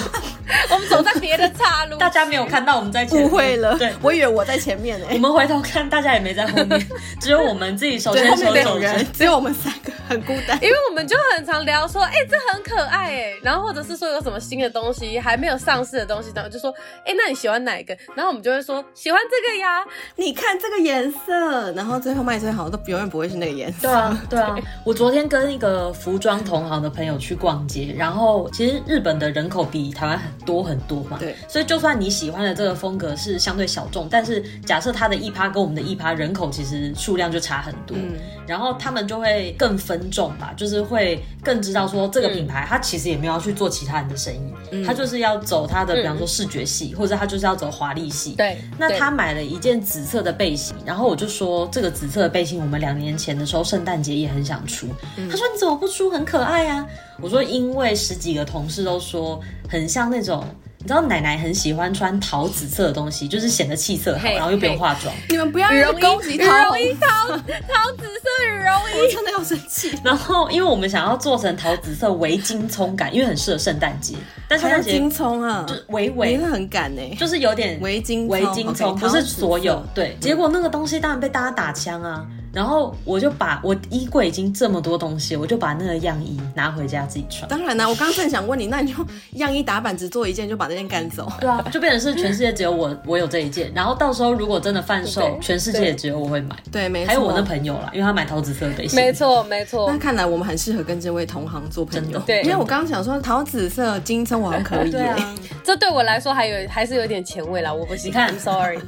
B: 我们走在别的岔路，
C: 大家没有看到我们在前面
A: 误会了。
C: 对，
A: 我以为我在前面呢、
C: 我们回头看，大家也没在后面，只有我们自己手
A: 对，
C: 牵
A: 后
C: 手
A: 面没有
C: 走着
A: 人。，只有我们三个很孤单。
B: 因为我们就很常聊说，哎、这很可爱哎、然后或者是说有什么新的东西还没有上市的东西，然后就说，哎、那你喜欢哪一个？然后我们就会说喜欢这个呀。
A: 你看这个颜色，然后最后卖最好的都永远不会是那个颜色。
C: 对啊，对啊。我昨天跟一个服装同行的朋友去逛街，然后其实日本的人口比台湾很多很多嘛，
A: 对
C: 所以就算你喜欢的这个风格是相对小众，但是假设它的一趴跟我们的一趴人口其实数量就差很多，
A: 嗯
C: 然后他们就会更分众吧，就是会更知道说这个品牌它其实也没有要去做其他人的生意，它就是要走它的，比方说视觉系，或者它就是要走华丽系，
B: 对
C: 那
B: 对
C: 他买了一件紫色的背心，然后我就说这个紫色的背心，我们两年前的时候圣诞节也很想出。
A: 嗯
C: 他说你怎么不出？很可爱啊！我说因为十几个同事都说很像那种你知道奶奶很喜欢穿桃紫色的东西，就是显得气色好，
B: 嘿
C: 然后又不用化妆。
A: 你们不要
B: 羽
A: 一
B: 绒
A: 直
B: 衣，
A: 攻击
B: 羽
A: 他
B: 绒
A: 好
B: 衣
A: 吗，
B: 桃桃紫色羽绒衣，
A: 我真的要生气。
C: 然后，因为我们想要做成桃紫色围巾葱感，因为很适合圣诞节，但圣
A: 还有
C: 诞节
A: 金葱啊，
C: 就是围
A: 你
C: 围
A: 真的很敢呢、
C: 就是有点
A: 围巾
C: 围
A: 葱
C: 巾
A: OK，
C: 葱，不
A: 桃
C: 是
A: 子
C: 所有
A: 色
C: 对。结果那个东西当然被大家打枪啊。然后我就把我衣柜已经这么多东西，我就把那个样衣拿回家自己穿。
A: 当然啦、我刚刚正想问你，那你就样衣打板只做一件，就把那件干走。
C: 对啊，就变成是全世界只有我 我有这一件。然后到时候如果真的贩售
B: 对，
C: 全世界也只有我会买。
A: 对，没错。
C: 还有我那朋友啦，因为他买桃子色的背心。
B: 没。错没错
A: 那，看来我们很适合跟这位同行做朋
C: 真
A: 友
C: 的，
B: 对
A: 因为我刚刚想说桃紫色金葱我好像可以、耶
C: 对啊，
B: 这对我来说还有还是有点前卫啦，我不行
C: 你看
B: ，I'm sorry。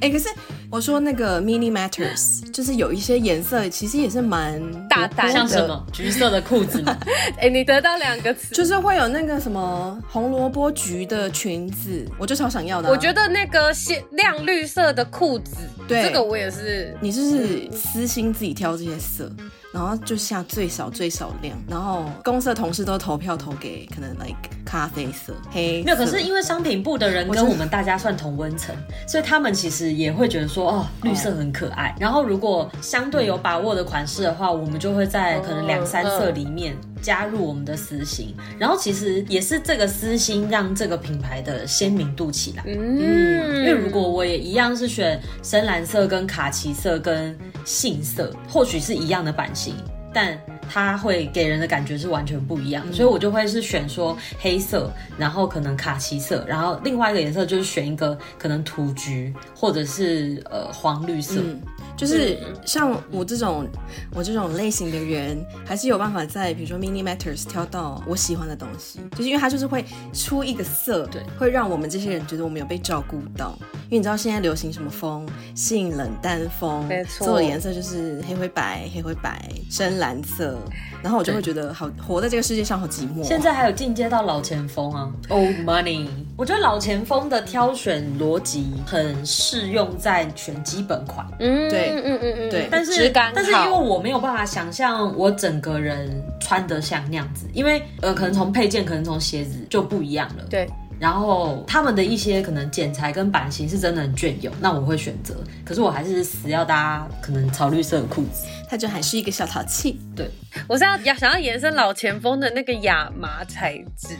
A: 哎、可是我说那个 mini matters，就是有一些颜色其实也是蛮
B: 大
A: 多
B: 胆
A: 的
B: 的
C: 像什么橘色的裤子嘛，
B: 哎、你得到两个词，
A: 就是会有那个什么红萝卜橘的裙子，我就超想要的啊、
B: 我觉得那个鲜亮绿色的裤子，
A: 对
B: 这个我也是。
A: 你就是私心自己挑这些色，然后就下最少最少量，然后公社同事都投票投给可能 like 咖啡色、黑色。
C: 没有。可是因为商品部的人
A: 真
C: 跟
A: 的
C: 我们大家算同温层，所以他们其实也会觉得说，哦，绿色很可爱。然后如果相对有把握的款式的话，我们就会在可能两三色里面加入我们的私心。然后其实也是这个私心让这个品牌的鲜明度起来。
B: 嗯，
C: 因为如果我也一样是选深蓝色、跟卡其色、跟杏色，或许是一样的版型，但它会给人的感觉是完全不一样，所以我就会是选说黑色，然后可能卡其色，然后另外一个颜色就是选一个可能土橘或者是呃黄绿色。
A: 嗯，就是像我这种我这种类型的人，还是有办法在比如说 mini matters 挑到我喜欢的东西，就是因为它就是会出一个色，
C: 对
A: 会让我们这些人觉得我们有被照顾到。因为你知道现在流行什么风，性冷淡风，
B: 没错
A: 所有的颜色就是黑灰白、黑灰白、深蓝色，然后我就会觉得好活在这个世界上好寂寞。哦
C: 现在还有进阶到老前锋啊，Old Money。我觉得老前锋的挑选逻辑很适用在选基本款，
B: 嗯，
A: 对
B: 嗯嗯嗯嗯，
A: 对
C: 但
B: 质
C: 是
B: 感好
C: 但是因为我没有办法想象我整个人穿得像那样子，因为呃，可能从配件，可能从鞋子就不一样了。，
B: 对，
C: 然后他们的一些可能剪裁跟版型是真的很隽永，那我会选择，可是我还是死要搭可能草绿色的裤子。
A: 它就还是一个小淘气，
C: 对，
B: 我是要想要延伸老前锋的那个亚麻材质，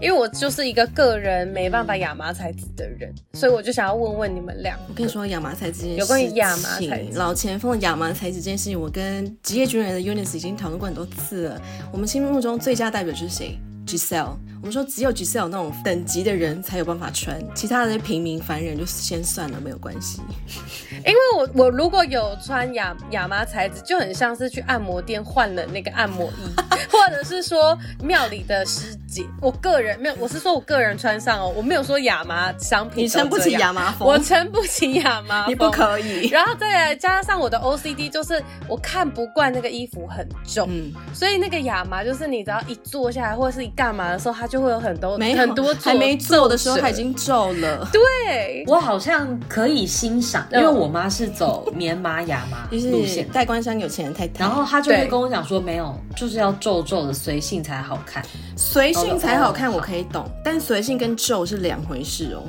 B: 因为我就是一个个人没办法亚麻材质的人，所以我就想要问问你们俩，
A: 我跟你说，亚麻材质这件事情，
B: 有关于亚麻材质
A: 老前锋的亚麻材质这件事情，我跟职业军人的 Unis 已经讨论过很多次了。我们心目中最佳代表就是谁？Giselle。我们说只有 Giselle 那种等级的人才有办法穿，其他的平民凡人就先算了，没有关系。
B: 因为我我如果有穿亚亚麻材质，就很像是去按摩店换了那个按摩衣， 或者是说庙里的师姐。我个人没有，我是说我个人穿上哦，我没有说亚麻商品
A: 你
B: 都这样，
A: 撑不起亚麻
B: 我
A: 风，
B: 撑不起亚麻，
A: 你不。可以。
B: 然后再来加上我的 OCD，就是我看不惯那个衣服很重，
A: 嗯，
B: 所以那个亚麻就是你只要一坐下来或者是一干嘛的时候，它就会有很多
A: 没有
B: 很多皱
A: 还没做的时候，
B: 皱褶
A: 它已经皱了。
B: 对
C: 我好像可以欣赏，因
B: 嗯
C: 为我妈是走棉麻亚 麻
A: 就
C: 路
A: 是
C: 线。
A: 戴官山有钱人太太，
C: 然后她就会
B: 对
C: 跟我讲说，没有，就是要皱皱的随性才好看。
A: 随性才好看，
C: 哦
A: 我可以懂，但随性跟皱是两回事哦。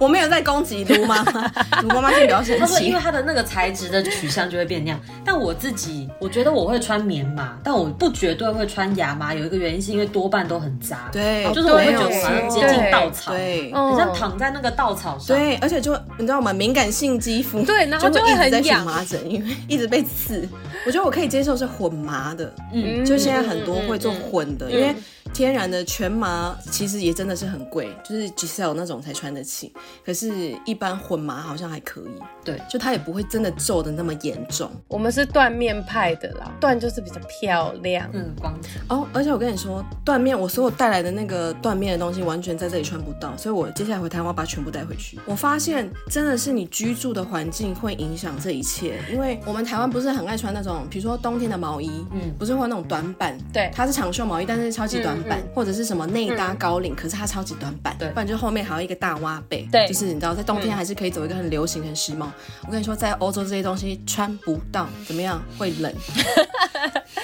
A: 我没有在攻击卢妈 妈，卢妈妈先不要生
C: 他说，因
A: 气
C: 为。它的那个材质的取向就会变那样。但我自己，我觉得我会穿棉麻，但我不绝对会穿亚麻。有一个原因是因为多半都很扎，，
A: 对，
C: 就是我会
A: 没
C: 觉
A: 有
C: 得好像接
B: 对
C: 近稻草，
A: 对
B: 嗯
C: 很像躺在那个稻草上。
A: 对，而且就你知道吗？敏感性肌肤
B: 对然后
A: 就
B: 就
A: 会
B: 会
A: 一直在
B: 很
A: 荨
B: 痒
A: 麻疹，因为一直被刺。我觉得我可以接受是混麻的，
C: 嗯，
A: 就现在很多会做
B: 嗯嗯嗯
A: 混的，
B: 嗯
A: 因为天然的全麻其实也真的是很贵，就是 Giselle 那种才穿得起。可是，一般混麻好像还可以，
C: 对，
A: 就它也不会真的皱的那么严重。
B: 我们是缎面派的啦，缎就是比较漂亮。
C: 嗯，光子
A: 哦，而且我跟你说，缎面我所有带来的那个缎面的东西，完全在这里穿不到，所以我接下来回台湾我要把它全部带回去。我发现真的是你居住的环境会影响这一切，因为我们台湾不是很爱穿那种，比如说冬天的毛衣，嗯
C: 嗯，
A: 不是会有那种短版，
B: 对
A: 它是长袖毛衣，但是超级短版，
B: 嗯
A: 或者是什么内搭高领，可是它超级短版，
C: 对
A: 不然就是后面还有一个大挖背，
B: 对
A: 就是你知道在冬天还是可以走一个很流行、很 时髦。我跟你说，在欧洲这些东西穿不到，怎么样会冷？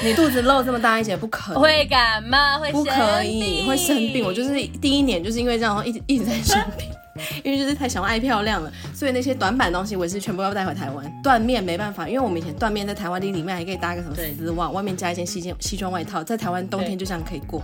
A: 你肚子露这么大一截，不可能。
B: 会感冒，会
A: 不可以，
B: 病
A: 会生病。我就是第一年就是因为这样，然后一直 一直在生病，因为就是太想要爱漂亮了，所以那些短版东西我也是全部要带回台湾。缎面没办法，因为我们以前缎面在台湾里里面还可以搭个什么
C: 对
A: 丝袜，外面加一件西件西装外套，在台湾冬天
C: 对
A: 就这样可以过。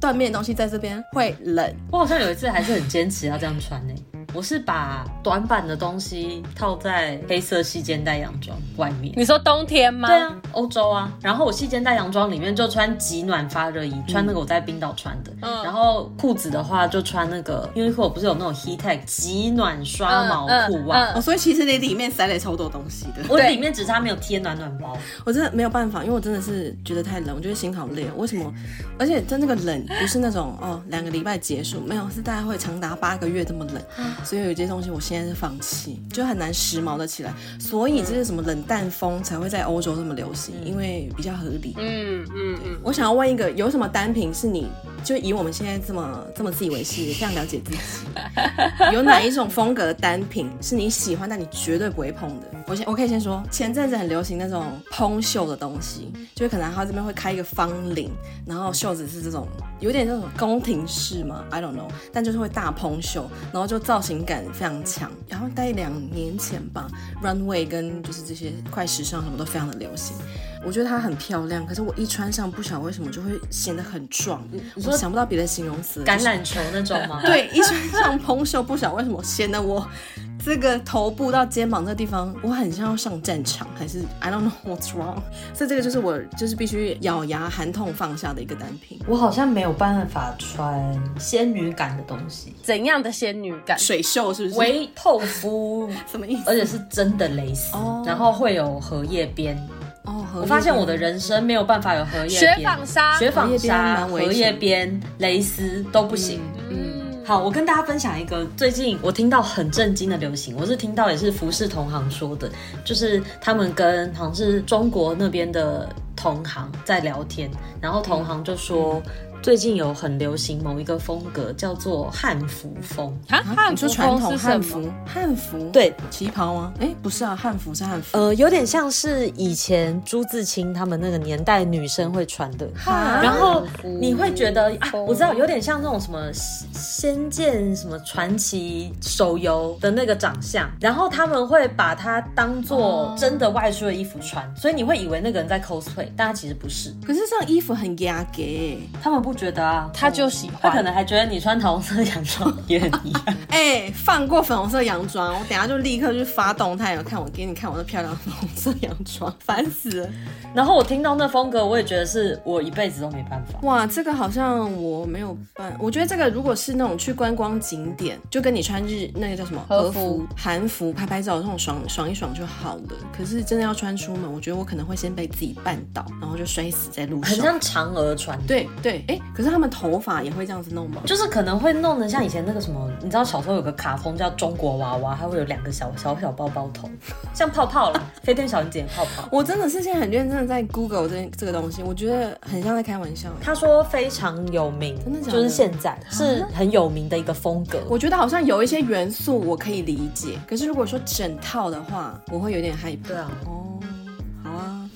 A: 缎面的东西在这边会冷，
C: 我好像有一次还是很坚持要这样穿呢、我是把短版的东西套在黑色细肩带洋装外面。
B: 你说冬天吗？
C: 对，啊，欧洲啊，然后我细肩带洋装里面就穿极暖发热衣，穿那个我在冰岛穿的，
B: 嗯
C: 然后裤子的话就穿那个 Uniqlo 不是有那种 Heattech 极暖刷毛裤袜，
B: 嗯
A: 哦，所以其实你里面塞了超多东西的。
C: 我
B: 对
C: 里面只差没有贴暖暖包，
A: 我真的没有办法，因为我真的是觉得太冷，我觉得心好累。为什么？而且它那个冷不是那种哦两个礼拜结束，没有，是大概会长达八个月这么冷。所以有一些东西我现在是放弃，就很难时髦的起来。所以这是什么冷淡风才会在欧洲这么流行，因为比较合理。
B: 嗯嗯嗯，
A: 我想要问一个，有什么单品是你就以我们现在这么这么自以为是，非常了解自己，有哪一种风格的单品是你喜欢但你绝对不会碰的？我先我可以先说，前阵子很流行那种蓬袖的东西，就是可能它这边会开一个方领，然后袖子是这种有点那种宫廷式嘛，I don't know，但就是会大蓬袖，然后就造型感非常强。然后大概两年前吧，runway 跟就是这些快时尚什么都非常的流行。我觉得它很漂亮，可是我一穿上，不晓得为什么就会显得很壮。
C: 你
A: 我
C: 说
A: 想不到别的形容词，
C: 橄
A: 就是
C: 榄球那种吗？
A: 对，一穿上蓬袖，不晓得为什么显得我这个头部到肩膀这地方，我很像要上战场，还是 I don't know what's wrong。所以这个就是我就是必须咬牙含痛放下的一个单品。
C: 我好像没有办法穿仙女感的东西，
B: 怎样的仙女感？
A: 水袖是不是？
C: 为透肤，
A: 什么意思？
C: 而且是真的蕾丝，
A: 哦
C: 然后会有荷叶边。
A: 哦，荷
C: 我发现
A: 叶边
C: 我的人生没有办法有荷叶边
B: 雪纺纱
C: 雪纺纱、
A: 啊荷叶边
C: 荷
A: 蛮危险
C: 叶边、蕾丝都不行。
B: 嗯，
C: 好，我跟大家分享一个最近我听到很震惊的流行，我是听到也是服饰同行说的，就是他们跟好像是中国那边的同行在聊天，然后同行就
A: 嗯
C: 说。最近有很流行某一个风格，叫做汉服风。
B: 啊，
A: 啊
B: 汉
A: 你说
B: 服
A: 传
B: 风
A: 统
B: 是
A: 汉
B: 什么？
A: 服，汉服
C: 对
A: 旗袍吗？哎，不是啊，汉服是汉服。
C: 呃，有点像是以前朱自清他们那个年代女生会穿的，
A: 啊
C: 然后
B: 汉服
C: 你会觉得啊，
B: 风
C: 我知道有点像那种什么仙仙剑什么传奇手游的那个长相，然后他们会把它当做真的外出的衣服穿，所以你会以为那个人在 cosplay，但他其实不是，
A: 可是这样衣服很压给、欸
C: 他们不觉得啊，
B: 他就喜欢
C: 他可能还觉得你穿桃红色洋装也很一样。
A: 哎、放过粉红色洋装，我等下就立刻去发动态，我看我给你看我的漂亮粉红色洋装，烦死了！
C: 然后我听到那风格，我也觉得是我一辈子都没办法。
A: 哇，这个好像我没有办，我觉得这个如果是那种去观光景点，就跟你穿日那个叫什么
B: 和服
A: 韩服拍拍照这种爽爽一爽就好了。可是真的要穿出门，我觉得我可能会先被自己绊倒，然后就摔死在路
C: 很
A: 上。
C: 像嫦娥传的，
A: 对对，哎、可是他们头发也会这样子弄吗？
C: 就是可能会弄得像以前那个什么，你知道小时候有个卡通叫《中国娃娃》，它会有两个小小小包包头，像泡泡啦，飞天小女警的泡泡。
A: 我真的是现在很认真的在 Google 这这个东西，我觉得很像在开玩笑、哎
C: 他说非常有名，
A: 真的假的
C: 就是现在是很有名的一个风格。
A: 我觉得好像有一些元素我可以理解，可是如果说整套的话，我会有点害怕。
C: 对啊，
A: 哦，好啊，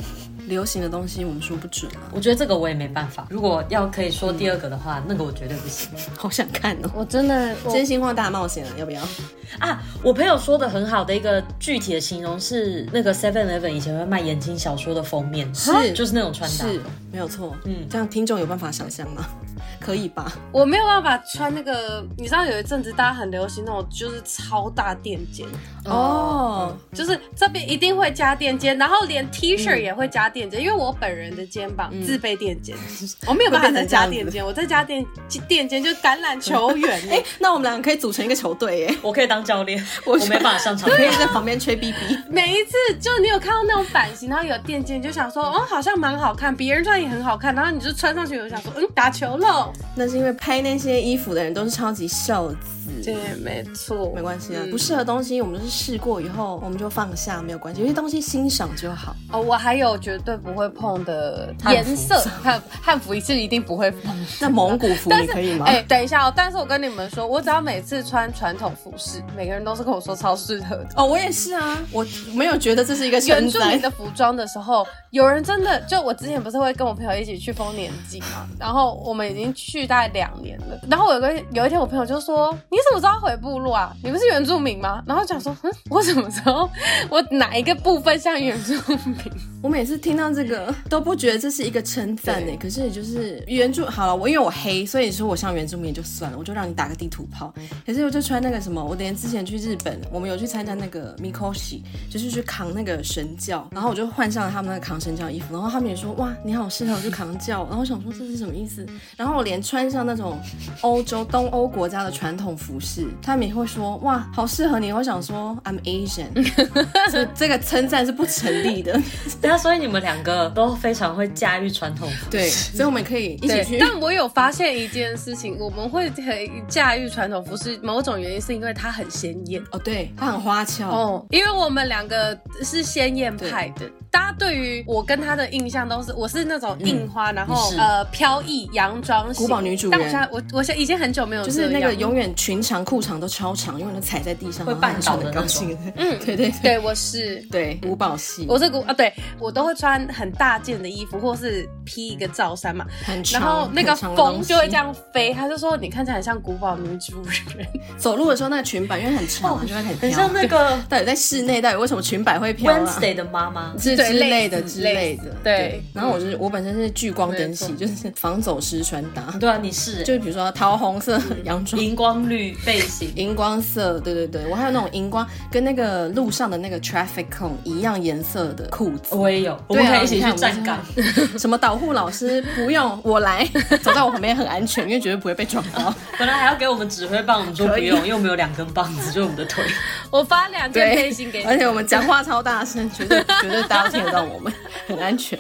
A: 流行的东西我们说不准啊，
C: 我觉得这个我也没办法。如果要可以说第二个的话，那个我绝对不行
A: 好想看哦。
B: 我真的我
A: 真心话大冒险啊，要不要？
C: 啊！我朋友说的很好的一个具体的形容是，那个 Seven Eleven 以前会卖言情小说的封面，
A: 是
C: 就是那种穿搭。
A: 是，没有错。嗯
C: 嗯，
A: 这样听众有办法想象吗？ 可以吧？
B: 我没有办法穿那个，你知道有一阵子大家很流行那种就是超大垫肩，
A: 哦，
B: 就是这边一定会加垫肩，然后连 T 恤也会加垫肩，因为我本人的肩膀自备垫肩，嗯 我没有办法再加垫肩，我再加垫垫肩就橄榄球员 哎、
A: 哎、那我们两个可以组成一个球队耶，
C: 我可以当教练，
A: 我
C: 我没办法 上场。
A: 可以在旁边吹 BB。
B: 每一次就你有看到那种版型，然后有垫肩，你就想说，哦，好像蛮好看，别人穿也很好看，然后你就穿上去，我就想说，嗯，打球喽，
A: 那是因为拍那些衣服的人都是超级瘦子，
B: 对，没错，
A: 没关系啊，
B: 嗯
A: 不适合的东西我们就是试过以后我们就放下，没有关系。有些东西欣赏就好。
B: 哦，我还有绝对不会碰的
C: 汉服
B: 颜色，汉汉服是一定不会碰。
A: 那蒙古服
B: 但
A: 你
B: 是
A: 可以吗？
B: 哎、等一下哦！但是我跟你们说，我只要每次穿传统服饰，每个人都是跟我说超适 合的。
A: 哦，我也是啊，我没有觉得这是一个
B: 原
A: 称
B: 住民
A: 赞。
B: 的服装的时候，有人真的就我之前不是会跟我朋友一起去丰年祭 嘛，然后我们已经去大概两年了。然后我有个有一天，我朋友就说：“你怎么知道回部落啊？你不是原住民吗？”然后讲说：“嗯，我什么时候我哪一个部分像原住民？”
A: 我每次听到这个都不觉得这是一个称赞欸呢，
B: 对
A: 可是你就是原住好了，我因为我黑，所以你说我像原住民也就算了，我就让你打个地图炮。可是我就穿那个什么，我连之前去日本，我们有去参加那个 Mikoshi，就是去扛那个神教，然后我就换上了他们那个扛神教的衣服，然后他们也说哇你好适合我去扛教，然后我想说这是什么意思？然后我连穿上那种欧洲东欧国家的传统服饰，他们也会说哇好适合你，我想说啊 I'm Asian，这这个称赞是不成立的。
C: 对啊，所以你们两个都非常会驾驭传统 服。
A: 对，所以我们可以一起
B: 对
A: 去，。
B: 但我有发现一件事情，我们会很驾驭传统服饰，某种原因是因为它很鲜艳。
A: 哦，对，它很花俏。
B: 哦，因为我们两个是鲜艳派的，大家对于我跟他的印象都是，我是那种印花，然后
C: 你是
B: 呃飘逸洋装
A: 嗯
B: 型
A: 古堡女主人
B: 但我现在我我现在已经很久没有
A: 就是那
B: 这
A: 个
B: 样
A: 永远裙长裤长都超长，永远都踩在地上，
C: 会
A: 然后还
C: 绊倒
A: 穿得
C: 的那
A: 高兴。
B: 嗯
A: 对对对
B: 对我是。
A: 对，古堡系，
B: 我是古啊，对我都会穿很大件的衣服，或是披一个罩衫嘛，
A: 很长
B: 然后那个
A: 很长的
B: 风
A: 东西
B: 就会这样飞。他就说你看起来很像古堡女主人，
A: 走路的时候那个裙摆因为很
B: 哦
A: 长嘛，就会很
C: 很
A: 飘。
C: 像 那个
A: 到底在室内，到底为什么裙摆会飘啊？
C: Wednesday 的妈妈。
A: 之
B: 对
A: 之类
B: 类
A: 的
B: 似
A: 之类
B: 类
A: 的
B: 似，对
A: 然后我就是我本身是聚光灯系，
B: 没
A: 就是防走失穿搭，
C: 对啊，你是
A: 就比如说桃红色洋装，
C: 荧光绿背心。
A: 荧光色，对对对，我还有那种荧光跟那个路上的那个 traffic cone 一样颜色的裤子。
C: 我也有，我
A: 对
C: 们
A: 啊
C: 可以一起去站岗。。
A: 你看我们是 什么导护老师不用我 来，走在我旁边很安全，因为绝对不会被撞到。
C: 本来还要给我们指挥棒，我们说不用，因为我们有两根棒子，就是我们的腿。
B: 我发两件背心给你
A: 而，且我们讲话超大声，绝对绝对大家都听得到我们，很安全。